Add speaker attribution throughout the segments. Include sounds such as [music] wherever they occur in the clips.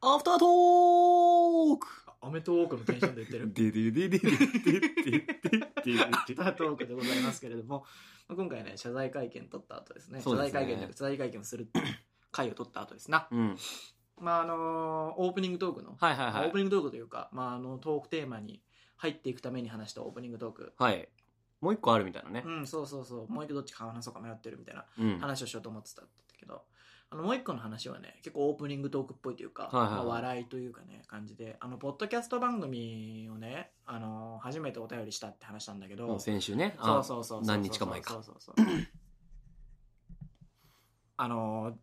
Speaker 1: アフタートーク
Speaker 2: あアメトーークのテンションで言ってる。
Speaker 1: ででででででで
Speaker 2: アフタートークでございますけれども、まあ、今回ね、謝罪会見取った後ですね。
Speaker 1: そうですね
Speaker 2: 謝罪会見じゃなくて謝罪会見をする回を取った後ですな。
Speaker 1: うん。
Speaker 2: まあ、あのーオープニングトークの、
Speaker 1: はいはいは
Speaker 2: オープ
Speaker 1: い。
Speaker 2: ニングトークというか、まあ、あの、トークテーマに入っていくために話したオープニングトーク。
Speaker 1: はい。もう一個あるみたいなね
Speaker 2: う。ん、そうそうそう。もう一個どっちか話そうか迷ってるみたいな
Speaker 1: うん。
Speaker 2: 話をしようと思ってたんだけど、あの、もう一個の話はね、結構オープニングトークっぽいというか、
Speaker 1: はいはいはい
Speaker 2: まあ笑いというかね、感じで、あの、ポッドキャスト番組をね、あのー初めてお便りしたって話したんだけど、
Speaker 1: もう先週ね。
Speaker 2: そ
Speaker 1: あ
Speaker 2: うそうそうそう
Speaker 1: 何日か前か
Speaker 2: そうそうそうそうあのー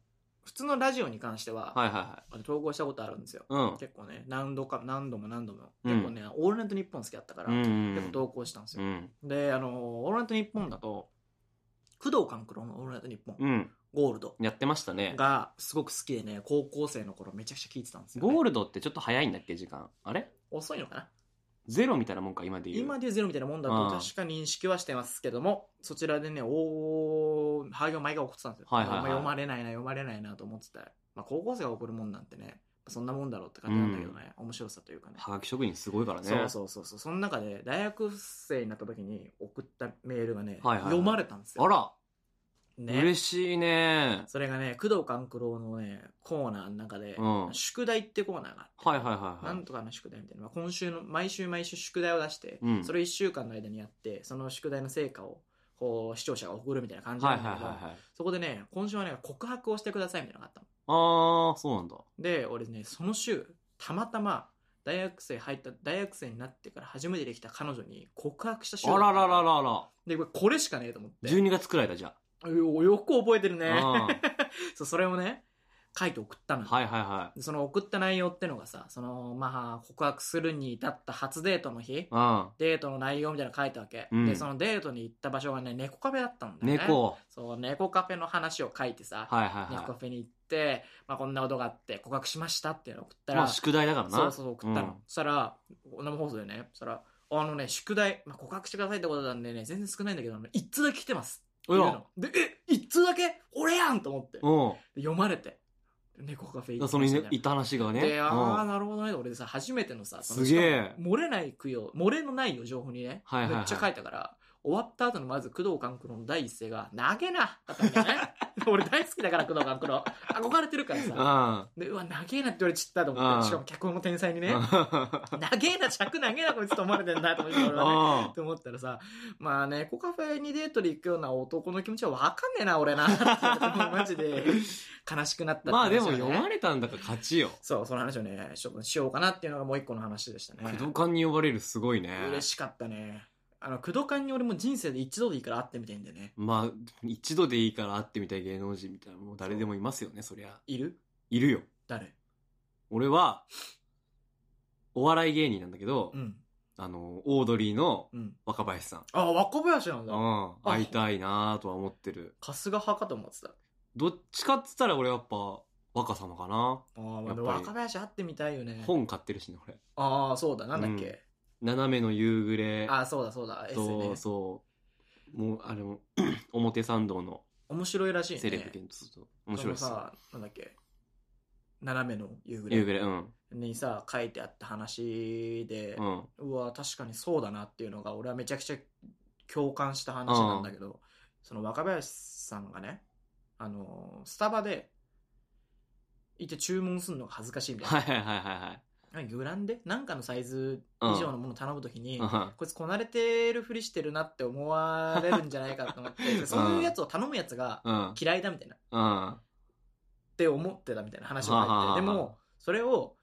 Speaker 2: 普通のラジオに関しては、
Speaker 1: はいは
Speaker 2: あの投稿したことあるんですよ
Speaker 1: いはい。
Speaker 2: 結構ね何度か何度も何度も、
Speaker 1: うん
Speaker 2: 結構ね「オールナイトニッポン」好きだったから、
Speaker 1: うん。うんうん
Speaker 2: 結構投稿したんです
Speaker 1: う
Speaker 2: よ、
Speaker 1: ん。
Speaker 2: であのーオールナイトニッポン」だと工藤官九郎の「オールナイトニッポン」
Speaker 1: うん。
Speaker 2: ゴールド
Speaker 1: やってましたね。
Speaker 2: がすごく好きでね高校生の頃めちゃくちゃ聞いてたんですよ、ね、
Speaker 1: ゴールドってちょっと早いんだっけ、時間。あれ
Speaker 2: 遅いのかな
Speaker 1: ゼロみたいなもんか、今で言う。
Speaker 2: 今でゼロみたいなもんだ
Speaker 1: あ
Speaker 2: と
Speaker 1: あ
Speaker 2: 確か認識はしてますけどもそちらでねおーハゲを毎回怒ってたんですよ、
Speaker 1: はいはいはい
Speaker 2: まあ読まれないな読まれないなと思ってた、まあ、高校生が怒るもんなんてねそんなもんだろうって感じなんだけどね、面白さというかね
Speaker 1: はがき職人すごいからね。
Speaker 2: そうそうそうそうその中で大学生になった時に送ったメールがね、
Speaker 1: はいはいはい
Speaker 2: 読まれたんですよ
Speaker 1: あら、
Speaker 2: ね
Speaker 1: 嬉しいね。
Speaker 2: それがね工藤官九郎のねコーナーの中で、
Speaker 1: うん
Speaker 2: 宿題ってコーナーがあって
Speaker 1: はいはいはいは
Speaker 2: なん
Speaker 1: い。
Speaker 2: とかの宿題みたいな、まあ、今週の毎週毎週宿題を出して、
Speaker 1: うん
Speaker 2: それ1週間の間にやってその宿題の成果をこう視聴者が送るみたいな感じ
Speaker 1: は
Speaker 2: ないんだ
Speaker 1: は
Speaker 2: け
Speaker 1: い
Speaker 2: ど、
Speaker 1: はいはい。
Speaker 2: そこでね今週はね告白をしてくださいみたいなのがあったの
Speaker 1: あー、そうなんだ。
Speaker 2: で俺ねその週たまたま大学生入った大学生になってから初めてできた彼女に告白した週だっ
Speaker 1: あ
Speaker 2: たの
Speaker 1: ららららら。
Speaker 2: でこれこれしかねえと思って
Speaker 1: 12月くらいだ、じゃ
Speaker 2: よよく覚えてる
Speaker 1: あ。
Speaker 2: ね
Speaker 1: うん
Speaker 2: [laughs] そうそれをね書いて送ったのよ
Speaker 1: はいはいはい。
Speaker 2: でその送った内容ってのがさそのまあ告白するに至った初デートの日、
Speaker 1: うん。
Speaker 2: デートの内容みたいなの書いたわけ、
Speaker 1: うん
Speaker 2: でそのデートに行った場所がね猫カフェだったんだよね
Speaker 1: 猫。
Speaker 2: そう猫カフェの話を書いてさ、
Speaker 1: はいはい
Speaker 2: 猫カ
Speaker 1: は
Speaker 2: フェに行って、まあ、こんなことがあって告白しましたっていうのを送った
Speaker 1: い。
Speaker 2: ら、
Speaker 1: まあ、宿題だからな。
Speaker 2: そうそう送ったの、
Speaker 1: うん
Speaker 2: そしたら生放送でねそしたらあのね宿題、まあ、告白してくださいってことなんでね全然少ないんだけどあの一通だけ来てますって
Speaker 1: お
Speaker 2: いう
Speaker 1: や
Speaker 2: のでえ一通だけ俺やんと思って、
Speaker 1: うん。
Speaker 2: で読まれて猫カフェ行っ
Speaker 1: だから
Speaker 2: て
Speaker 1: そ
Speaker 2: ま
Speaker 1: の
Speaker 2: した
Speaker 1: い
Speaker 2: ね
Speaker 1: いた話がね。
Speaker 2: で、ああ、
Speaker 1: うん
Speaker 2: なるほどね。俺さ、初めてのさ、その
Speaker 1: すげえ
Speaker 2: しかも漏れない供養、漏れのないよ、情報にね。
Speaker 1: はいはいはい
Speaker 2: めっちゃ書いたから、終わった後のまず工藤官九郎の第一声が、投げなだったんだよね。
Speaker 1: [laughs]
Speaker 2: 俺大好きだから、工藤官九郎。憧れてるからさ。で、うわ、投げなって言われちったと思
Speaker 1: う
Speaker 2: っ
Speaker 1: ん
Speaker 2: て。しかも脚本の天才にね
Speaker 1: う、
Speaker 2: 投
Speaker 1: ん。
Speaker 2: げな、着投げな、こいつと思われてんだと思って、俺はね。
Speaker 1: あ
Speaker 2: って思ったらさ、まあね、コカフェにデートで行くような男の気持ちはわかんねえな、
Speaker 1: [laughs]
Speaker 2: 俺な。 [laughs] マジで、悲しくなったって話
Speaker 1: まあでも
Speaker 2: だね
Speaker 1: 読まれたんだから勝ちよ。
Speaker 2: そう、その話をね、ちょっとしようかなっていうのがもう一個の話でしたね
Speaker 1: 駆。動館に呼ばれるすごいね。
Speaker 2: 嬉しかったね。あの、工藤館に俺も人生で一度でいいから会ってみたいんだよね。
Speaker 1: まあ、一度でいいから会ってみたい芸能人みたいな、もう誰でもいますよね、そりゃ。
Speaker 2: いる
Speaker 1: いるよ。
Speaker 2: 誰
Speaker 1: 俺は、お笑い芸人なんだけど、
Speaker 2: うん。
Speaker 1: あの、オードリーの
Speaker 2: うん。
Speaker 1: 若林さん。
Speaker 2: あ、若林なんだ。
Speaker 1: うん。会いたいなとは思ってる。
Speaker 2: 春日派かと思ってた。
Speaker 1: どっちかっつったら俺やっぱ、若様かな。
Speaker 2: あーま
Speaker 1: や
Speaker 2: あ、
Speaker 1: っ
Speaker 2: で
Speaker 1: ぱ
Speaker 2: も
Speaker 1: り
Speaker 2: 若林会ってみたいよね。
Speaker 1: 本買ってるしね、俺。
Speaker 2: ああ、そうだ、なんだっけ。
Speaker 1: 斜めの夕暮れ。
Speaker 2: ああ、そうだ、そうだ、S
Speaker 1: そう
Speaker 2: ね。
Speaker 1: そう。もう、あれも、 [clears throat] 表参道の
Speaker 2: 面白いらしいね。
Speaker 1: セレブ券と、そう面白いっす
Speaker 2: その
Speaker 1: よ。
Speaker 2: さ、なんだっけ。斜めの夕
Speaker 1: 夕
Speaker 2: 暮
Speaker 1: 暮
Speaker 2: れ
Speaker 1: れ、うん。
Speaker 2: にさ、書いてあった話で、
Speaker 1: うん。
Speaker 2: うわ確かにそうだなっていうのが俺はめちゃくちゃ共感した話なんだけど、その若林さんがねあのースタバでいて注文するのが恥ずかしいみたい
Speaker 1: は
Speaker 2: ない
Speaker 1: はいはいはい
Speaker 2: 何グランデなんかのサイズ以上のもの頼むときに、
Speaker 1: はい。
Speaker 2: こいつこなれてるふりしてるなって思われるんじゃないかと思ってでそういうやつを頼むやつが
Speaker 1: うん。うん。
Speaker 2: 嫌いだみたいなっ
Speaker 1: うん。
Speaker 2: て思ってたみたいな話を
Speaker 1: はあはあ
Speaker 2: 書
Speaker 1: はいあ
Speaker 2: てでもそれを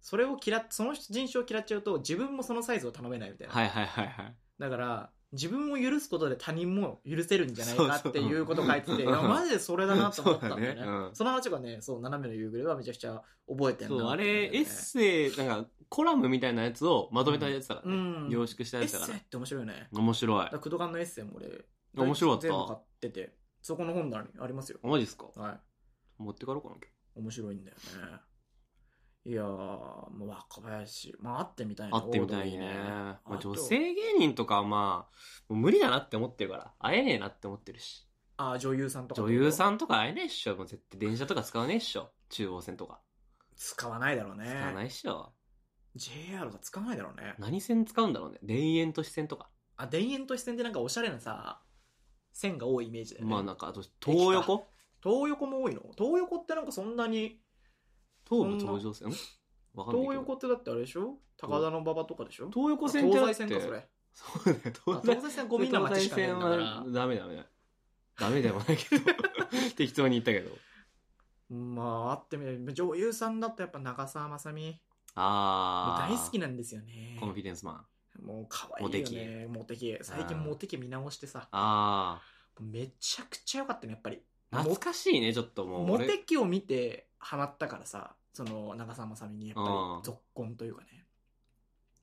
Speaker 2: それを嫌っその人種を嫌っちゃうと自分もそのサイズを頼めないみたいな
Speaker 1: はいはいはいはい。
Speaker 2: だから自分を許すことで他人も許せるんじゃないかっていうことを書いて
Speaker 1: そう
Speaker 2: て
Speaker 1: そう
Speaker 2: いやマジでそれだなと思ったんだよね
Speaker 1: そうだねうん
Speaker 2: その話がねそう斜めの夕暮れはめちゃくちゃ覚えてる
Speaker 1: そう、あれ、エッセイ、なんか、コラムみたいなやつをまとめたやつだから
Speaker 2: う
Speaker 1: ね
Speaker 2: ん。
Speaker 1: 凝縮した
Speaker 2: エッ
Speaker 1: やつ
Speaker 2: セ
Speaker 1: だから
Speaker 2: イっ。て面白いよね
Speaker 1: 面白い
Speaker 2: だか。らクドカンのエッセイも俺
Speaker 1: 面白かった
Speaker 2: 全部買っててそこの本棚にありますよ
Speaker 1: マジっすか
Speaker 2: は
Speaker 1: 持ってかろうかな、今
Speaker 2: い面白いんだよねいやーもう若林まあ会ってみたい
Speaker 1: 日。
Speaker 2: な
Speaker 1: 会ってみたいね。
Speaker 2: あ
Speaker 1: まあ、
Speaker 2: と
Speaker 1: 女性芸人とかはまあ、もう無理だなって思ってるから。会えねえなって思ってるし。
Speaker 2: あ女優さんとか
Speaker 1: 女優
Speaker 2: ん
Speaker 1: さんとか会えねえっしょ。もう絶対電車とか使わねえっしょ。中央線とか。
Speaker 2: 使わないだろうね
Speaker 1: 使わないっしょ。
Speaker 2: JR が使わないだろうね
Speaker 1: 何線使うんだろうね。田園都市線とか。
Speaker 2: あ田園都市線ってなんかおしゃれなさ線が多いイメージだよね、
Speaker 1: まあなんか、あと、東横
Speaker 2: 東横も多いの東横ってなんかそんなに
Speaker 1: 東武東上線んわかんない
Speaker 2: 東
Speaker 1: けど。
Speaker 2: 横ってだってあれでしょ高田の馬場とかでしょ
Speaker 1: 東横
Speaker 2: あ
Speaker 1: 線ってだっ
Speaker 2: 東
Speaker 1: て
Speaker 2: 西線かそれ
Speaker 1: そうだ
Speaker 2: あ
Speaker 1: よ。東西
Speaker 2: 東西線ゴミな街しかねえんだから
Speaker 1: 東西線はダメダメダメ。ダメでもないけど。 [laughs] 適当に言ったけど。
Speaker 2: まああってみれば女優さんだとやっぱ長澤まさみもう
Speaker 1: ああ。
Speaker 2: 大好きなんですよね
Speaker 1: コンフィデンスマン。
Speaker 2: もう可愛いよねモテキ最近
Speaker 1: うん
Speaker 2: モテキ見直してさ
Speaker 1: ああ。
Speaker 2: めちゃくちゃ良かったねやっぱり
Speaker 1: 懐かしいね、ちょっともう。
Speaker 2: モ
Speaker 1: 俺
Speaker 2: テキを見てハマったからさその長澤まさみにやっぱ
Speaker 1: う
Speaker 2: り
Speaker 1: ん
Speaker 2: 続婚というかね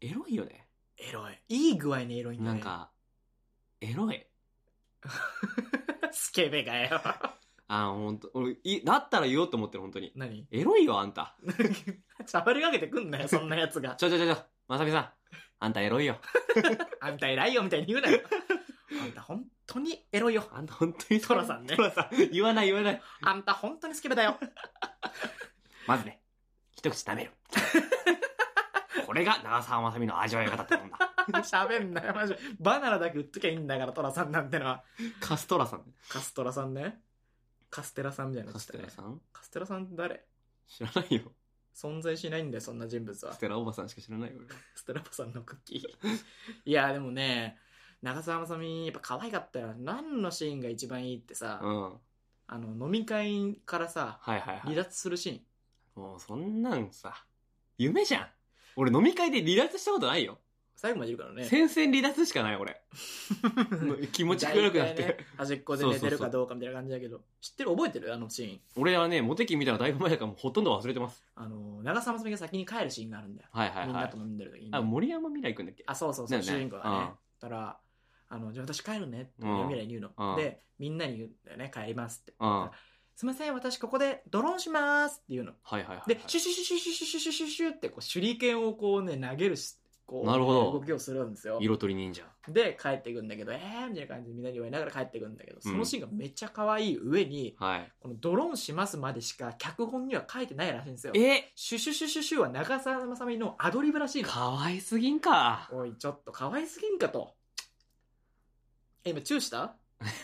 Speaker 1: エロいよね。
Speaker 2: エロいいい具合にエロいんだ
Speaker 1: な
Speaker 2: ね
Speaker 1: んか、エロい。
Speaker 2: [laughs] スケベが
Speaker 1: [laughs]
Speaker 2: よ
Speaker 1: あの、ほんと、俺、い、だったら言おうと思ってる、本当に。
Speaker 2: 何 [laughs]
Speaker 1: エロいよ、あんた。
Speaker 2: 喋りかけてくんなよそんなやつが
Speaker 1: ちょちょちょちょ、まさみさん。あんたエロいよ。
Speaker 2: あんた偉いよみたいに言うな
Speaker 1: [laughs]
Speaker 2: よ。あんた本当にエロいよ。
Speaker 1: あんた本当に。
Speaker 2: トラさんね
Speaker 1: トラさん。言わない言わない。
Speaker 2: あんた本当にスケベだよ。 [laughs]
Speaker 1: まずね、一口舐める。 [laughs] これが長澤まさみの味わい方ってもんだ。
Speaker 2: 喋んなよ、マジで。バナナだけ売っときゃいいんだから、トラさんなんてのは。
Speaker 1: カストラさん。
Speaker 2: カストラさんね。カステラさんみたいな
Speaker 1: カステラ
Speaker 2: ん。
Speaker 1: さん
Speaker 2: カステラさんって誰
Speaker 1: 知らないよ。
Speaker 2: 存在しないんだよ、そんな人物は
Speaker 1: カス。テラおばさんしか知らないよ、俺は
Speaker 2: ステラパさんのクッキー。いや、でもね、長澤まさみ、やっぱ可愛かったよ。何のシーンが一番いいってさ、
Speaker 1: うん。
Speaker 2: あの、飲み会からさ、
Speaker 1: はいはいは
Speaker 2: 離
Speaker 1: い。
Speaker 2: 脱するシーン。
Speaker 1: もうそんなんさ、夢じゃん。俺飲み会で離脱したことないよ。
Speaker 2: 最後までいるからね。
Speaker 1: 戦線離脱しかない、俺。気持ち暗くなっ
Speaker 2: 大体ね
Speaker 1: て。
Speaker 2: 端っこで寝てるかどうかみたいな感じだけど知ってる覚えてるあのシーン
Speaker 1: 俺はね、モテキ見たのだいぶ前だからもうほとんど忘れてます。
Speaker 2: あの長澤まさみが先に帰るシーンがあるんだよ、
Speaker 1: はいはい
Speaker 2: みん
Speaker 1: は
Speaker 2: ないと。飲んでる時に
Speaker 1: あ、森山未来くんだっけ
Speaker 2: あそうそうそう、
Speaker 1: だよね
Speaker 2: 主人公がね
Speaker 1: うん
Speaker 2: だからあの「じゃあ私帰るね」って
Speaker 1: うん
Speaker 2: 未来に言うの、
Speaker 1: うん
Speaker 2: でみんなに言うんだよね「帰ります」って
Speaker 1: うん。は
Speaker 2: 「すいません私ここでドローンします」って言うの
Speaker 1: いはいはい。
Speaker 2: でシュシュシュシュシュシュシュシュシュってこう手裏剣をこうね投げるしこう
Speaker 1: なるほど
Speaker 2: 動きをするんですよ
Speaker 1: 色とり忍者。
Speaker 2: で帰っていくんだけど「えー」みたいな感じでみんなに言われながら帰っていくんだけどそのシーンがめっちゃ可愛い上に、
Speaker 1: はい。
Speaker 2: このドローンしますまでしか脚本には書いてないらしいんですよ。
Speaker 1: え
Speaker 2: シュシュシュシュシュは長澤まさみのアドリブらしいの。
Speaker 1: かわいすぎんか。 [laughs]
Speaker 2: おい、ちょっと可愛すぎんかと。え、今チューした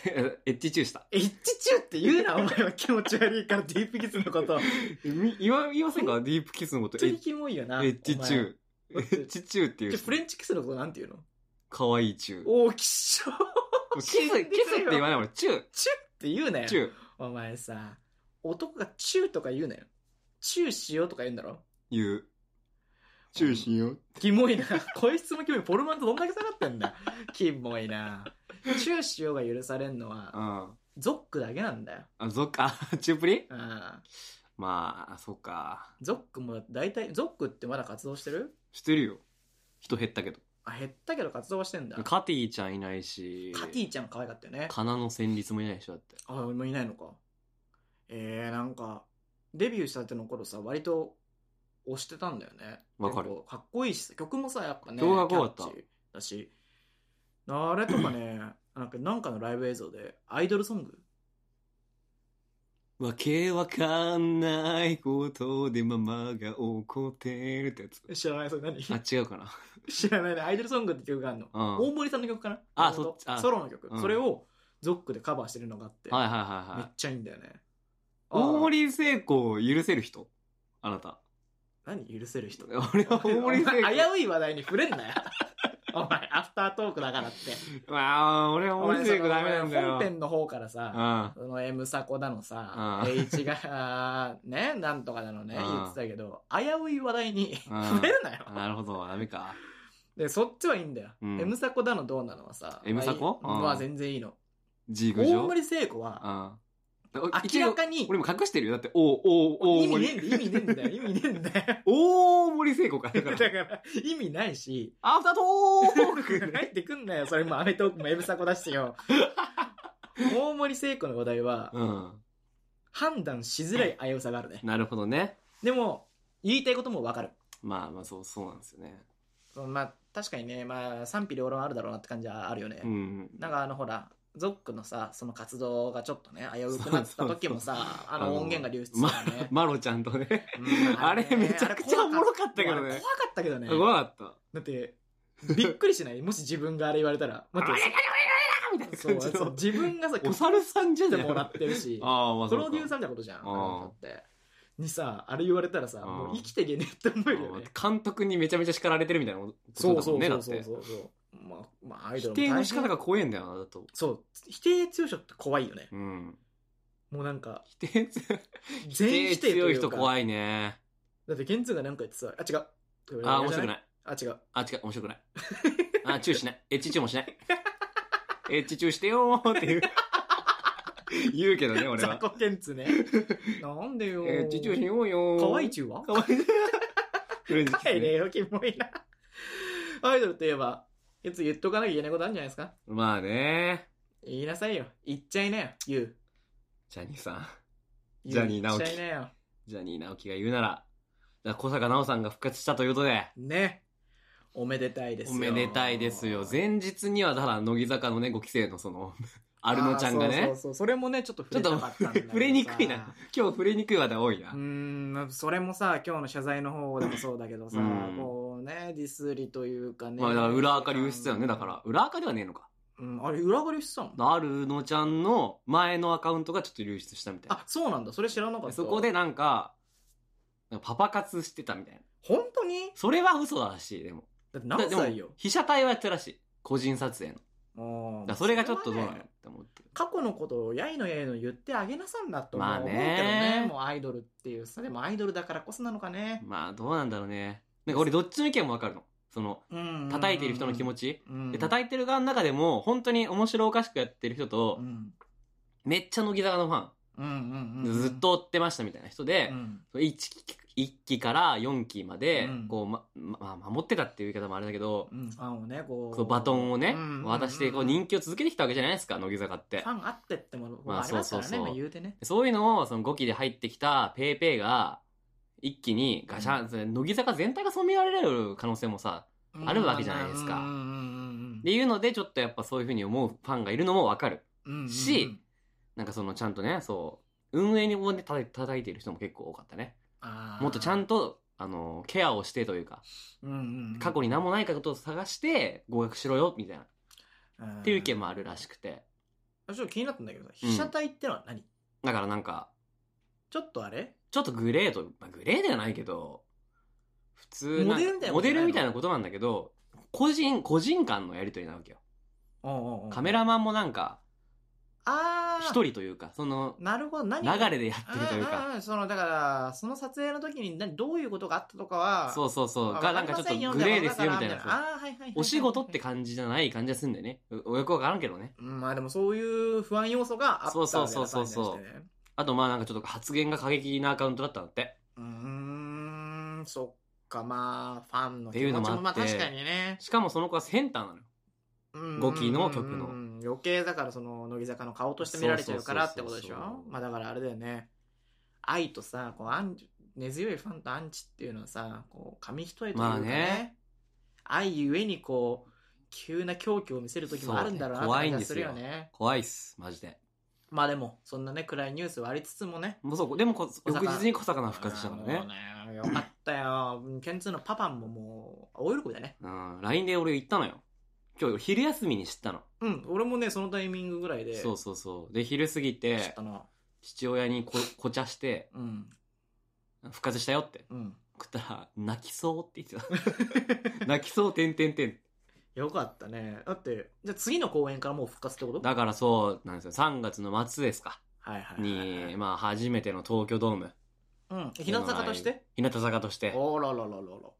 Speaker 1: エッチチューした。
Speaker 2: え、イッチチューって言 [laughs] うな、お前は気持ち悪いからディープキスのこと。本
Speaker 1: み言わ、言いませんかディープキスのこと。
Speaker 2: 当
Speaker 1: エ
Speaker 2: に
Speaker 1: ッ
Speaker 2: キモいよな。
Speaker 1: エッチチュー。
Speaker 2: お
Speaker 1: エ
Speaker 2: 前
Speaker 1: ッチチューって
Speaker 2: お
Speaker 1: い
Speaker 2: 前
Speaker 1: う
Speaker 2: ちょ。フレンチキスのことなんて言うの
Speaker 1: かわいいチュー。
Speaker 2: おー、きっしょっ
Speaker 1: キス、キスって言わない俺、チュー、
Speaker 2: て言うなよ。
Speaker 1: チュー。
Speaker 2: お前さ、男がチューとか言うなよ。チューしようとか言うんだろ
Speaker 1: 言う。チューしよう。
Speaker 2: キモいな。 [laughs] こいつもキモい。フォルマントどんだけ下がってんだ。 [laughs] キモいな。チューしようが許されんの
Speaker 1: う
Speaker 2: は、
Speaker 1: ん。
Speaker 2: ゾックだけなんだよ。
Speaker 1: あ、そっか、あチュープリ
Speaker 2: うん。
Speaker 1: まあ、そっか。
Speaker 2: ゾックも大体、ゾックってまだ活動してる
Speaker 1: してるよ。人減ったけど。
Speaker 2: あ、減ったけど活動はしてんだ。カ
Speaker 1: カティちゃんいないし。
Speaker 2: ティちゃん可愛かったよね。
Speaker 1: かなの旋律もいないでしょ、だって。
Speaker 2: あ、俺もいないのか。えー、なんか、デビューしたての頃さ、割と推してたんだよね。
Speaker 1: わかる
Speaker 2: 結構かっこいいしさ、曲もさ、やっぱね、
Speaker 1: 曲がかっこよかっ
Speaker 2: キャッ
Speaker 1: た
Speaker 2: チーだし、あれとかね、 [laughs] なんかなんかのライブ映像で、アイドルソング
Speaker 1: わけわかんないことでママが怒ってるってやつ。
Speaker 2: 知らない、それ何
Speaker 1: あ、違うかな。
Speaker 2: [laughs] 知らないね。アイドルソングって曲があるの。
Speaker 1: うん。はい
Speaker 2: 大森さんの曲かな
Speaker 1: あ
Speaker 2: 元々
Speaker 1: そっちあ
Speaker 2: ソロの曲、
Speaker 1: うん
Speaker 2: それをゾックでカバーしてるのがあって、
Speaker 1: はいはいは
Speaker 2: めっ
Speaker 1: い。
Speaker 2: ちゃいいんだよね。
Speaker 1: 大
Speaker 2: あ
Speaker 1: 森成功を許せる人あなた。
Speaker 2: 何許せる人
Speaker 1: 俺は大森成
Speaker 2: お前
Speaker 1: 功。
Speaker 2: 危うい話題に触れんなよ。 [laughs] お前、アフタートークだからって。
Speaker 1: まあ、俺は
Speaker 2: お
Speaker 1: 大森
Speaker 2: 前、
Speaker 1: 成功ダメなん
Speaker 2: そ
Speaker 1: だ
Speaker 2: の
Speaker 1: よ。
Speaker 2: 本編の方からさ、
Speaker 1: う
Speaker 2: その M サコだのさ、
Speaker 1: うん
Speaker 2: H が、 [laughs] ね、なんとかだのね、
Speaker 1: うん
Speaker 2: 言ってたけど、危うい話題に
Speaker 1: うん
Speaker 2: 触れるなよ。
Speaker 1: ん。なるほど、ダメか。
Speaker 2: で、そっちはいいんだよ。
Speaker 1: うん
Speaker 2: M サコだのどうなのはさ、
Speaker 1: M サコうん
Speaker 2: は全然いいの。
Speaker 1: ジグジョ
Speaker 2: 大森聖子は、
Speaker 1: うん。
Speaker 2: 明らかに
Speaker 1: 俺も隠してるよ。だって、お、お、お、
Speaker 2: 意味ねえんだよ、意味ねえんだよ、意味ねえんだよ。
Speaker 1: 大森聖子か。だ
Speaker 2: [laughs]
Speaker 1: か
Speaker 2: だ
Speaker 1: ら
Speaker 2: から、意味ないし、
Speaker 1: アフタートーク
Speaker 2: 入ってくんなよ、それもアメトークもエブサコだしよ。大森聖子の話題は、
Speaker 1: うん。
Speaker 2: 判断しづらい危うさがあるね。
Speaker 1: なるほどね。
Speaker 2: でも、言いたいこともわかる。
Speaker 1: まあまあ、そう、そうなんですよね。
Speaker 2: そのまあ、確かにね、まあ、賛否両論あるだろうなって感じはあるよね。
Speaker 1: うん。
Speaker 2: なんかあの、ほら、ゾックのさ、その活動がちょっとね、危うくなった時もさ、
Speaker 1: そうそうそう
Speaker 2: あの音源が流出したね。
Speaker 1: マロちゃんとね。
Speaker 2: うん
Speaker 1: あれめちゃくちゃおもろかったけど
Speaker 2: もうあれ
Speaker 1: ね
Speaker 2: 怖。かったけどね。
Speaker 1: 怖かった。
Speaker 2: だって、びっくりしないもし自分があれ言われたら。
Speaker 1: あ
Speaker 2: 待
Speaker 1: れ
Speaker 2: って
Speaker 1: みたいな
Speaker 2: そう
Speaker 1: 感じ
Speaker 2: そう
Speaker 1: の。
Speaker 2: 自分
Speaker 1: [laughs]
Speaker 2: がさ、
Speaker 1: お猿さんじゃ
Speaker 2: で
Speaker 1: ね
Speaker 2: もらってるし、
Speaker 1: ああ、まあ
Speaker 2: プ
Speaker 1: そうか
Speaker 2: ロデューサーみたいなことじゃん、あ
Speaker 1: ん
Speaker 2: の人って。にさ、あれ言われたらさ、
Speaker 1: うん
Speaker 2: もう生きていけねえって思えるよね。
Speaker 1: あー監督にめちゃめちゃ叱られてるみたいなこと
Speaker 2: そ
Speaker 1: だ
Speaker 2: うそ
Speaker 1: もん
Speaker 2: う
Speaker 1: ね、
Speaker 2: そ
Speaker 1: だ
Speaker 2: う
Speaker 1: っ
Speaker 2: そう
Speaker 1: て
Speaker 2: そ。うそう。まあ、まあ、アイドル
Speaker 1: 否
Speaker 2: も大
Speaker 1: 定
Speaker 2: 変
Speaker 1: の仕方が怖えんだよな、だと。
Speaker 2: そう、否定強い人って怖いよね。
Speaker 1: うん。
Speaker 2: もうなんか、
Speaker 1: 否定つ
Speaker 2: 全否定というか
Speaker 1: 強い人怖いね。
Speaker 2: だってゲンツーがなんか言ってさ、あ、違う。とか言わ
Speaker 1: あー、
Speaker 2: れる
Speaker 1: 面
Speaker 2: じゃ
Speaker 1: 白くない。
Speaker 2: あ、違う。
Speaker 1: あ、違う、面白くない。あ、チューしない。エッチチューもしない。エッチチューしてよーっていう。言うけどね、俺は
Speaker 2: 雑。魚ケンツ
Speaker 1: [laughs]
Speaker 2: ね。なんでよ。
Speaker 1: エッチチューしようよー。
Speaker 2: 可愛いチューは
Speaker 1: かわいい。フレンチキ
Speaker 2: 帰
Speaker 1: スね
Speaker 2: れよ、キモいな。 [laughs] アイドルといえば、いつ言っとかなきゃいけないことあるんじゃないですか
Speaker 1: まあね。
Speaker 2: 言いなさいよ。言っちゃいなよ、言う。
Speaker 1: ジャニーさん。
Speaker 2: 言う
Speaker 1: ジャニー直樹
Speaker 2: 言っちゃいなよ。
Speaker 1: ジャニー直樹が言うなら、だから小坂直さんが復活したということで、
Speaker 2: ね。おめでたいですよ。
Speaker 1: おめでたいですよ。前日には、だから、乃木坂のね、5期生のその、アルノちゃんが
Speaker 2: あーそう
Speaker 1: ね
Speaker 2: そう、そう。それもね、ちょっと
Speaker 1: ちょ
Speaker 2: 触れ
Speaker 1: っと
Speaker 2: なかったんだけどさ
Speaker 1: 触れ [laughs] にくいな。。今日触れにくい話題多いうな。
Speaker 2: ーん、それもさ、今日の謝罪の方でもそうだけどさ、
Speaker 1: うん
Speaker 2: こうね、ディスりというかね。
Speaker 1: まあ、だから裏垢流出だよね。だから、裏垢ではねえのか。
Speaker 2: うん、あれ、裏返りしてたの
Speaker 1: あるのちゃんの前のアカウントがちょっと流出したみたい
Speaker 2: あ、そうなんだ。それ知らなかっ
Speaker 1: な。
Speaker 2: た。
Speaker 1: そこで、なんか、パパ活してたみたいな。
Speaker 2: 本当に
Speaker 1: それは嘘らしい、でも。
Speaker 2: だって何歳
Speaker 1: で
Speaker 2: よ
Speaker 1: も。被写体はやってたらしい。個人撮影の。だか
Speaker 2: も
Speaker 1: らそれがちょっとどうなの
Speaker 2: の
Speaker 1: って思って。
Speaker 2: 過去のことをやいのやいの言ってあげなさんだと思う,、
Speaker 1: まあね
Speaker 2: 思うけどね。もうアイドルっていうさ、でもアイドルだからこそなのかね。
Speaker 1: まあ、どうなんだろうね。なんか俺どっちの意見もわかるの。その、
Speaker 2: うん。
Speaker 1: 叩いてる人の気持
Speaker 2: ち。
Speaker 1: ち。
Speaker 2: うん、
Speaker 1: で、叩いてる側の中でも、本当に面白おかしくやってる人と
Speaker 2: う、ん。
Speaker 1: めっちゃ乃木坂のフ
Speaker 2: うんうんうん
Speaker 1: ァ
Speaker 2: う
Speaker 1: ン、
Speaker 2: ん。
Speaker 1: ずっと追ってましたみたいな人で
Speaker 2: う、ん。
Speaker 1: 1期一期から4期まで
Speaker 2: うん、
Speaker 1: こう、ま、ま、ま守ってたっていう言い方もあれだけど、
Speaker 2: うん、ファンをね、こう。
Speaker 1: こうバトンをね
Speaker 2: うんうんうん、
Speaker 1: 渡して、こう、人気を続けてきたわけじゃないですか、乃木坂って
Speaker 2: フ。ァンあってってもの
Speaker 1: まあ
Speaker 2: ありますから
Speaker 1: そうそ
Speaker 2: ね、
Speaker 1: うそう
Speaker 2: まあ言うてね。
Speaker 1: そういうのを、その5期で入ってきたペーペーが、一気にガシャン、それ乃木坂全体が染められる可能性もさ、あるわけじゃないですか
Speaker 2: うんうん
Speaker 1: っていうので、ちょっとやっぱそういうふうに思うファンがいるのもわかる。
Speaker 2: うんうん。
Speaker 1: し
Speaker 2: うんうんうん、
Speaker 1: なんかそのちゃんとね、そう、運営にもね、たた叩いてる人も結構多かったね。もっとちゃん
Speaker 2: と、
Speaker 1: と、あの、ケアをしてというか、
Speaker 2: うんうんうん
Speaker 1: 過去に何もないことを探して合格しろよ、みたいな、っていう意見もあるらしくて。
Speaker 2: あちょっと気になったんだけどさ、被写体ってのは何、
Speaker 1: だからなんか、
Speaker 2: ちょっとあれ
Speaker 1: ちょっとグレーと、まあ、グレーではないけど、普通
Speaker 2: モデルみたいなことじゃないの
Speaker 1: モデルみたいなことなんだけど、個人、個人間のやりとりなわけよ。カメ
Speaker 2: ラ、
Speaker 1: ラマンもなんか、
Speaker 2: あー
Speaker 1: 一人というか、その、
Speaker 2: なるほど、何
Speaker 1: 流れでやってるという
Speaker 2: あー
Speaker 1: か、
Speaker 2: あーその、だから、その撮影の時に何どういうことがあったとかは、
Speaker 1: そうそうそう、
Speaker 2: あ
Speaker 1: がなんかちょっとグレーですよ、みたいな。そう
Speaker 2: あーはいはいはい。
Speaker 1: お仕事って感じじゃない感じがするんだよね。うよくわからんけどね。
Speaker 2: うんまあでもそういう不安要素があったわけだ
Speaker 1: そうそうそうそうそ
Speaker 2: ファン
Speaker 1: う
Speaker 2: に対してね
Speaker 1: あとまあなんかちょっと発言が過激なアカウントだったんだって。
Speaker 2: うーん、そっか、まあ、ファンの
Speaker 1: っていうのもあって
Speaker 2: まあ確かにね。
Speaker 1: しかもその子はセンターなのよ。
Speaker 2: 5
Speaker 1: 期の曲の
Speaker 2: 余計だからその乃木坂の顔として見られちゃうからってことでし
Speaker 1: そうそうそう
Speaker 2: ょ
Speaker 1: そう
Speaker 2: まあだからあれだよね愛とさこうアン根強いファンとアンチっていうのはさこう紙一重というかね,、
Speaker 1: まあね
Speaker 2: 愛ゆえにこう急な狂気を見せる時もあるんだろうなって
Speaker 1: そうね
Speaker 2: 感じがするよね
Speaker 1: 怖いっす、マジで。
Speaker 2: まあでもそんなね暗いニュースはありつつもね
Speaker 1: もうそう、でもこ
Speaker 2: 坂
Speaker 1: 翌日に小坂が復活したからね。
Speaker 2: あのもうねよかったよケンツーのパパももう大喜びだね
Speaker 1: うん、LINE で俺行ったのよ。今日昼休みに知ったの。
Speaker 2: うん俺もねそのタイミングぐらいで
Speaker 1: そうそうそう。で、昼過ぎ
Speaker 2: 知
Speaker 1: て
Speaker 2: っ、たな
Speaker 1: 父親にこ、こちゃして、
Speaker 2: うん
Speaker 1: 復活したよって。
Speaker 2: うん
Speaker 1: 食ったら、泣きそうって言って
Speaker 2: [laughs]
Speaker 1: た。泣きそう、てんてんてん。
Speaker 2: よかったね。だって、じゃあ次の公演からもう復活ってこと
Speaker 1: だからそうなんですよ。3月の末ですか。
Speaker 2: はいはいはい、はい
Speaker 1: に、。まあ初めての東京ドーム。
Speaker 2: うん。日向坂として
Speaker 1: 日向坂として。
Speaker 2: おらららららら。も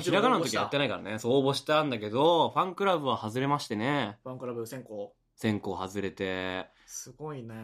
Speaker 1: ひらがなの時はやって
Speaker 2: ない。
Speaker 1: ないからね。そう、応募したんだけど、ファンクラブは外れましてね。
Speaker 2: ファンクラブ選考。
Speaker 1: 選考外れて。
Speaker 2: すごいね。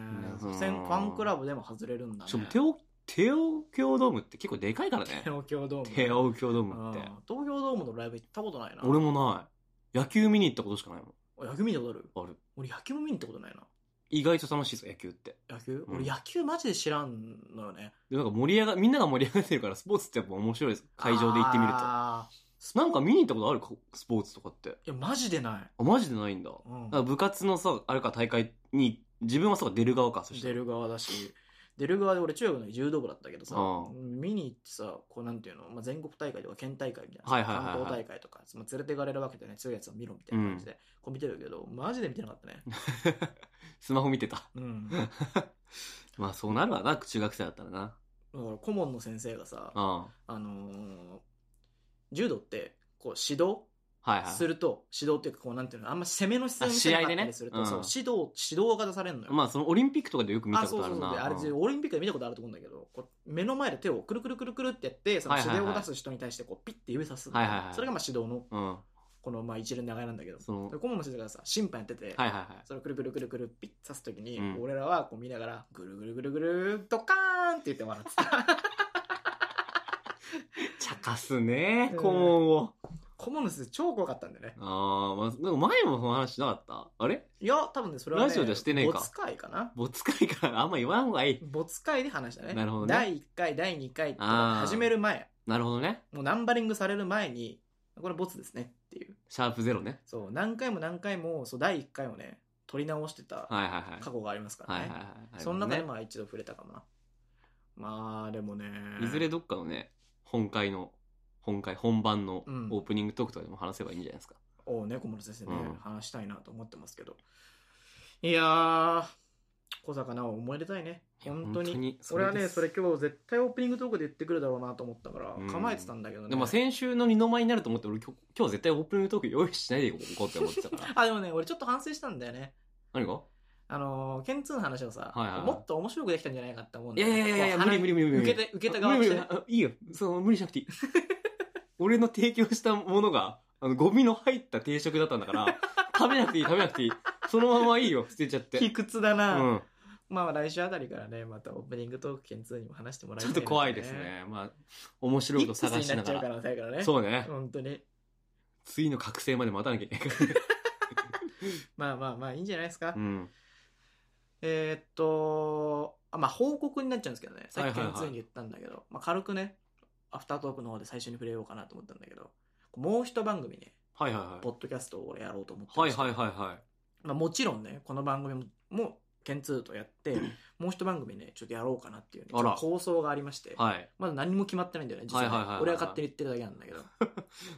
Speaker 1: うん
Speaker 2: 選ファンクラブでも外れるんだね。
Speaker 1: しかも、テオ、テオ京ドームって結構でかいからね。
Speaker 2: 東京ドーム。
Speaker 1: テオ京ドー
Speaker 2: う
Speaker 1: ム
Speaker 2: ん
Speaker 1: って。
Speaker 2: 東京ドームのライブ行ったことないな。
Speaker 1: 俺もない。野球見に行ったことしかないも
Speaker 2: 野球見たことある
Speaker 1: ん。ある。
Speaker 2: 俺野球も見に行ったことないな。
Speaker 1: 意外と楽しいぞ、野球って。
Speaker 2: 野球、
Speaker 1: うん
Speaker 2: 俺野球マジで知らんのよね。
Speaker 1: で、なんか盛り上が、みんなが盛り上がってるから、スポーツってやっぱ面白いです。会場で行ってみると。
Speaker 2: あー
Speaker 1: なんか見に行ったことあるこスポーツとかって。
Speaker 2: いや、マジでない。
Speaker 1: あ、マジでないんだ。だか
Speaker 2: うん
Speaker 1: ら部活のさ、あれか大会に、自分はそうか出る側か、そして。
Speaker 2: 出る側だし出る側で俺中学の時柔道部だったけどさ
Speaker 1: う
Speaker 2: 見に行ってさこうなんていうの、まあ、全国大会とか県大会みたいな、
Speaker 1: はいはいはいはい
Speaker 2: 関東大会とか、まあ、連れてかれるわけでね強いやつを見ろみたいな感じで、こう見てるけどマジで見てなかった
Speaker 1: [laughs]
Speaker 2: ね、
Speaker 1: [laughs] スマホ見てた。 [laughs]
Speaker 2: うん、だか
Speaker 1: まあそうなるわな、中学生だったらな。
Speaker 2: ら顧問の先生がさ
Speaker 1: う、ん。は
Speaker 2: あのー柔道ってこう指導
Speaker 1: いはい。
Speaker 2: すると指導っていうかこうなんていうのあんま攻めの姿勢を見せなかったりすると、
Speaker 1: あ試合で
Speaker 2: そう
Speaker 1: ねうん
Speaker 2: 指導指導が出されるのよ、
Speaker 1: まあそのオリンピックとかでよく見た
Speaker 2: あ
Speaker 1: こ
Speaker 2: そう
Speaker 1: とあ
Speaker 2: そう
Speaker 1: る
Speaker 2: そうで
Speaker 1: な。
Speaker 2: あれで
Speaker 1: うん
Speaker 2: オリンピックで見たことあると思うんだけどこう目の前で手をくるくるくるくるってやってその
Speaker 1: はい
Speaker 2: 指
Speaker 1: はいはい
Speaker 2: 令を出す人に対してこうピッて指さす、
Speaker 1: はいはいはい
Speaker 2: それがまあ指導の
Speaker 1: うん。
Speaker 2: このまあ一連の流れなんだけど
Speaker 1: その、
Speaker 2: で顧問の先生がさ審判やってて、
Speaker 1: はいはいはい。
Speaker 2: それをくるくるくるくるピッて刺す時に、
Speaker 1: うん
Speaker 2: 俺らはこう見ながらぐるぐるぐるぐるドカーンって言って笑って
Speaker 1: [laughs]
Speaker 2: た
Speaker 1: 茶化すね
Speaker 2: う、ん
Speaker 1: 顧問を。
Speaker 2: 顧問の先生超怖かったんだよね
Speaker 1: ああ、まあ、でも前もその話しなかったあれ
Speaker 2: いや多分ねそれは、ね、
Speaker 1: ラジオではしてねえか
Speaker 2: 没会かな
Speaker 1: 没会からあんま言わんほうがいい。
Speaker 2: 没会で話したね
Speaker 1: なるほどね
Speaker 2: 第1回第2回って
Speaker 1: あー
Speaker 2: 始める前
Speaker 1: なるほどね。
Speaker 2: もうナンバリングされる前にこれボツですねっていう
Speaker 1: シャープゼロね。
Speaker 2: そう何回も何回もそう第1回をね撮り直してた
Speaker 1: はいはいはい。
Speaker 2: 過去がありますから
Speaker 1: はい
Speaker 2: ね、
Speaker 1: はいはい。
Speaker 2: その中で
Speaker 1: ね
Speaker 2: まあ一度触れたかもなまあでもね
Speaker 1: いずれどっかのね、本会の、本会、本番の
Speaker 2: うん
Speaker 1: オープニングトークとかでも話せばいいんじゃないですか。
Speaker 2: おうね小室先生ね、
Speaker 1: うん
Speaker 2: 話したいなと思ってますけどいやー小坂直を思い出たいね
Speaker 1: いや
Speaker 2: 本当に
Speaker 1: 本当にそ
Speaker 2: 俺
Speaker 1: れ
Speaker 2: は
Speaker 1: で
Speaker 2: ね
Speaker 1: す
Speaker 2: それ今日絶対オープニングトークで言ってくるだろうなと思ったから
Speaker 1: うん
Speaker 2: 構えてたんだけどね、。
Speaker 1: でも先週の二の舞になると思って、俺今日今日絶対オープニングトーク用意しないでおこうって思ってたから [laughs]
Speaker 2: あでもね俺ちょっと反省したんだよね
Speaker 1: 何が
Speaker 2: あのーケンツーの話をさ、
Speaker 1: はいはいはい
Speaker 2: もっと面白くできたんじゃないかって思うん
Speaker 1: い
Speaker 2: だ
Speaker 1: や
Speaker 2: よ
Speaker 1: い
Speaker 2: ね
Speaker 1: やいやいや、
Speaker 2: こう
Speaker 1: 無理無理無理無理。
Speaker 2: 受けて受けた側と
Speaker 1: 無
Speaker 2: し
Speaker 1: 理
Speaker 2: て
Speaker 1: 無理あいいよ。その無理しなくていい。 [laughs] 俺の提供したものが、あの、ゴミの入った定食だったんだ
Speaker 2: [laughs]
Speaker 1: から、食べなくていい、食べなくていい。そのままいいよ、捨てちゃって。
Speaker 2: 卑屈だ
Speaker 1: う
Speaker 2: な、
Speaker 1: ん。
Speaker 2: まあ来週あたりからね、またオープニングトーク件2にも話してもらい
Speaker 1: ち
Speaker 2: たい
Speaker 1: ょっ
Speaker 2: なと
Speaker 1: と
Speaker 2: ね
Speaker 1: 怖いです。ね。まあ、面白いこと探しなが
Speaker 2: ミックスになっちゃ
Speaker 1: ら。
Speaker 2: う可能性あるからね。
Speaker 1: そうね。
Speaker 2: 本当に。
Speaker 1: 次の覚醒まで待たなきゃいけないから。
Speaker 2: まあまあまあいいんじゃないですか。
Speaker 1: うん。
Speaker 2: えーっと、あまあ報告になっちゃうんですけどね。さっき
Speaker 1: はい
Speaker 2: 件
Speaker 1: はいはい
Speaker 2: 2に言ったんだけど、まあ軽くね、アフタートークの方で最初に触れようかなと思ったんだけど、もう一番組ね、
Speaker 1: はいはいはい
Speaker 2: [laughs] ポ。ッドキャストを俺やろうと思って
Speaker 1: は
Speaker 2: ま
Speaker 1: い
Speaker 2: して
Speaker 1: はいはいは
Speaker 2: まあもちろんね、この番組も、も件2とや
Speaker 1: [clears throat]
Speaker 2: って、もう一番組ね、ちょっとやろうかなっていうね、
Speaker 1: あ
Speaker 2: ち
Speaker 1: ら
Speaker 2: ょっと構想がありまして
Speaker 1: い。、はい。
Speaker 2: まだ何も決まってないんだよね、実はね
Speaker 1: はいはいはいはい
Speaker 2: 俺が勝手に言ってるだけなん
Speaker 1: [laughs]
Speaker 2: だけど。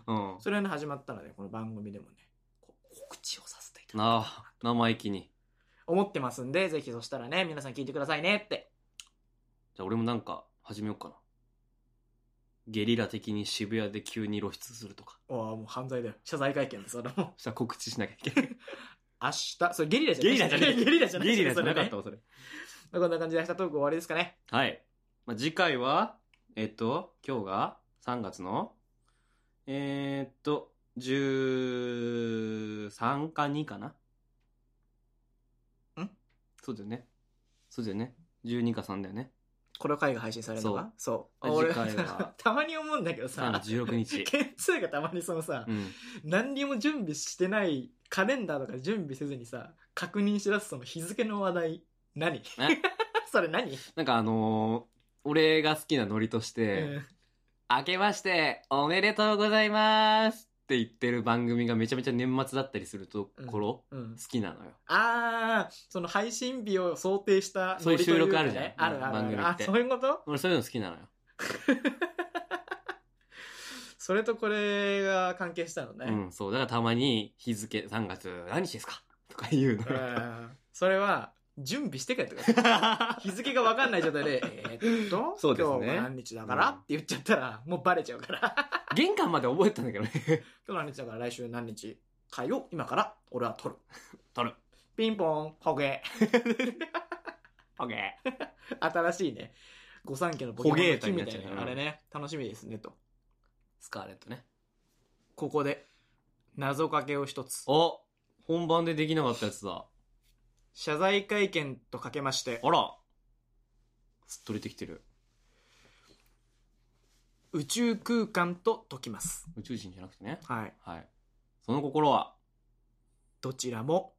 Speaker 1: うん。
Speaker 2: それがね始まったらねこの番組でもねこう告知をさせていただこう
Speaker 1: な
Speaker 2: か
Speaker 1: あ、生意気に。
Speaker 2: なと思ってますんでぜひそしたらね皆さん聞いてくださいねって
Speaker 1: じゃあ俺もなんか始めようかな。ゲリラ的に渋谷で急に露出するとか。
Speaker 2: ああもう犯罪だよ謝罪会見でそれも
Speaker 1: そしたら告知しなきゃいけない。
Speaker 2: 明日それゲリラじゃない
Speaker 1: ゲ
Speaker 2: ゲリ [laughs] ラじゃない
Speaker 1: ゲリラじゃな
Speaker 2: そ
Speaker 1: か
Speaker 2: れね
Speaker 1: ったわ、それ。
Speaker 2: まあこんな感じで明日トーク終わりですかね
Speaker 1: はい。まあ、次回は、えっと、今日が3月の、えーっと、13か2かなんそうだよね。そうだよね。12か3だよね。
Speaker 2: この回が配信されるのがそう
Speaker 1: で
Speaker 2: 俺
Speaker 1: 次回は
Speaker 2: [laughs] たまに思うんだけど
Speaker 1: 3
Speaker 2: さ
Speaker 1: 月16日。
Speaker 2: [laughs] 件数がたまにそのさ、
Speaker 1: うん。
Speaker 2: 何にも準備してないカレンダーとか準備せずにさ確認しだすその日付の話題何 [laughs] それ何、
Speaker 1: なんかあのー俺が好きなノリとして、
Speaker 2: うん
Speaker 1: 明けましておめでとうございますって言ってる番組がめちゃめちゃ年末だったりするところ、
Speaker 2: うん
Speaker 1: 好きなのよ。
Speaker 2: ああ、その配信日を想定した
Speaker 1: そういう収録あるじゃん
Speaker 2: ノリというかねあるあるあ
Speaker 1: 番組
Speaker 2: る。
Speaker 1: っ
Speaker 2: あ、
Speaker 1: て
Speaker 2: そういうこと
Speaker 1: 俺そういうの好きなのよ。
Speaker 2: それとこれが関係したの
Speaker 1: う
Speaker 2: ね。
Speaker 1: ん、そう。だからたまに日付3月何日ですかとか言うの
Speaker 2: う
Speaker 1: よ。
Speaker 2: ん。それは、準備してからとか。日付が分かんない状態で、えーっと、
Speaker 1: そうですね
Speaker 2: 今日が何日だから、
Speaker 1: うん
Speaker 2: って言っちゃったら、もうバレちゃうから。
Speaker 1: [laughs] 玄関まで覚えてたんだけどね。 [laughs]
Speaker 2: 今日何日だから来週何日かよ、今から俺は
Speaker 1: [laughs]
Speaker 2: 撮る。
Speaker 1: 撮る。
Speaker 2: ピンポン、ホ
Speaker 1: [laughs]
Speaker 2: ゲ。
Speaker 1: オッケー。
Speaker 2: [laughs] 新しいね。御三家のポケモンの木みた
Speaker 1: ホゲータになっ
Speaker 2: い
Speaker 1: ちゃうね
Speaker 2: な。あれね、楽しみですね、と。
Speaker 1: スカーレットね。
Speaker 2: ここで、謎かけを一つ。
Speaker 1: お本番でできなかったやつだ。
Speaker 2: 謝罪会見とかけまして、
Speaker 1: あらすっとれてきてる。
Speaker 2: 宇宙空間と解きます。
Speaker 1: 宇宙人じゃなくてね。
Speaker 2: はい。
Speaker 1: はい。その心は
Speaker 2: どちらも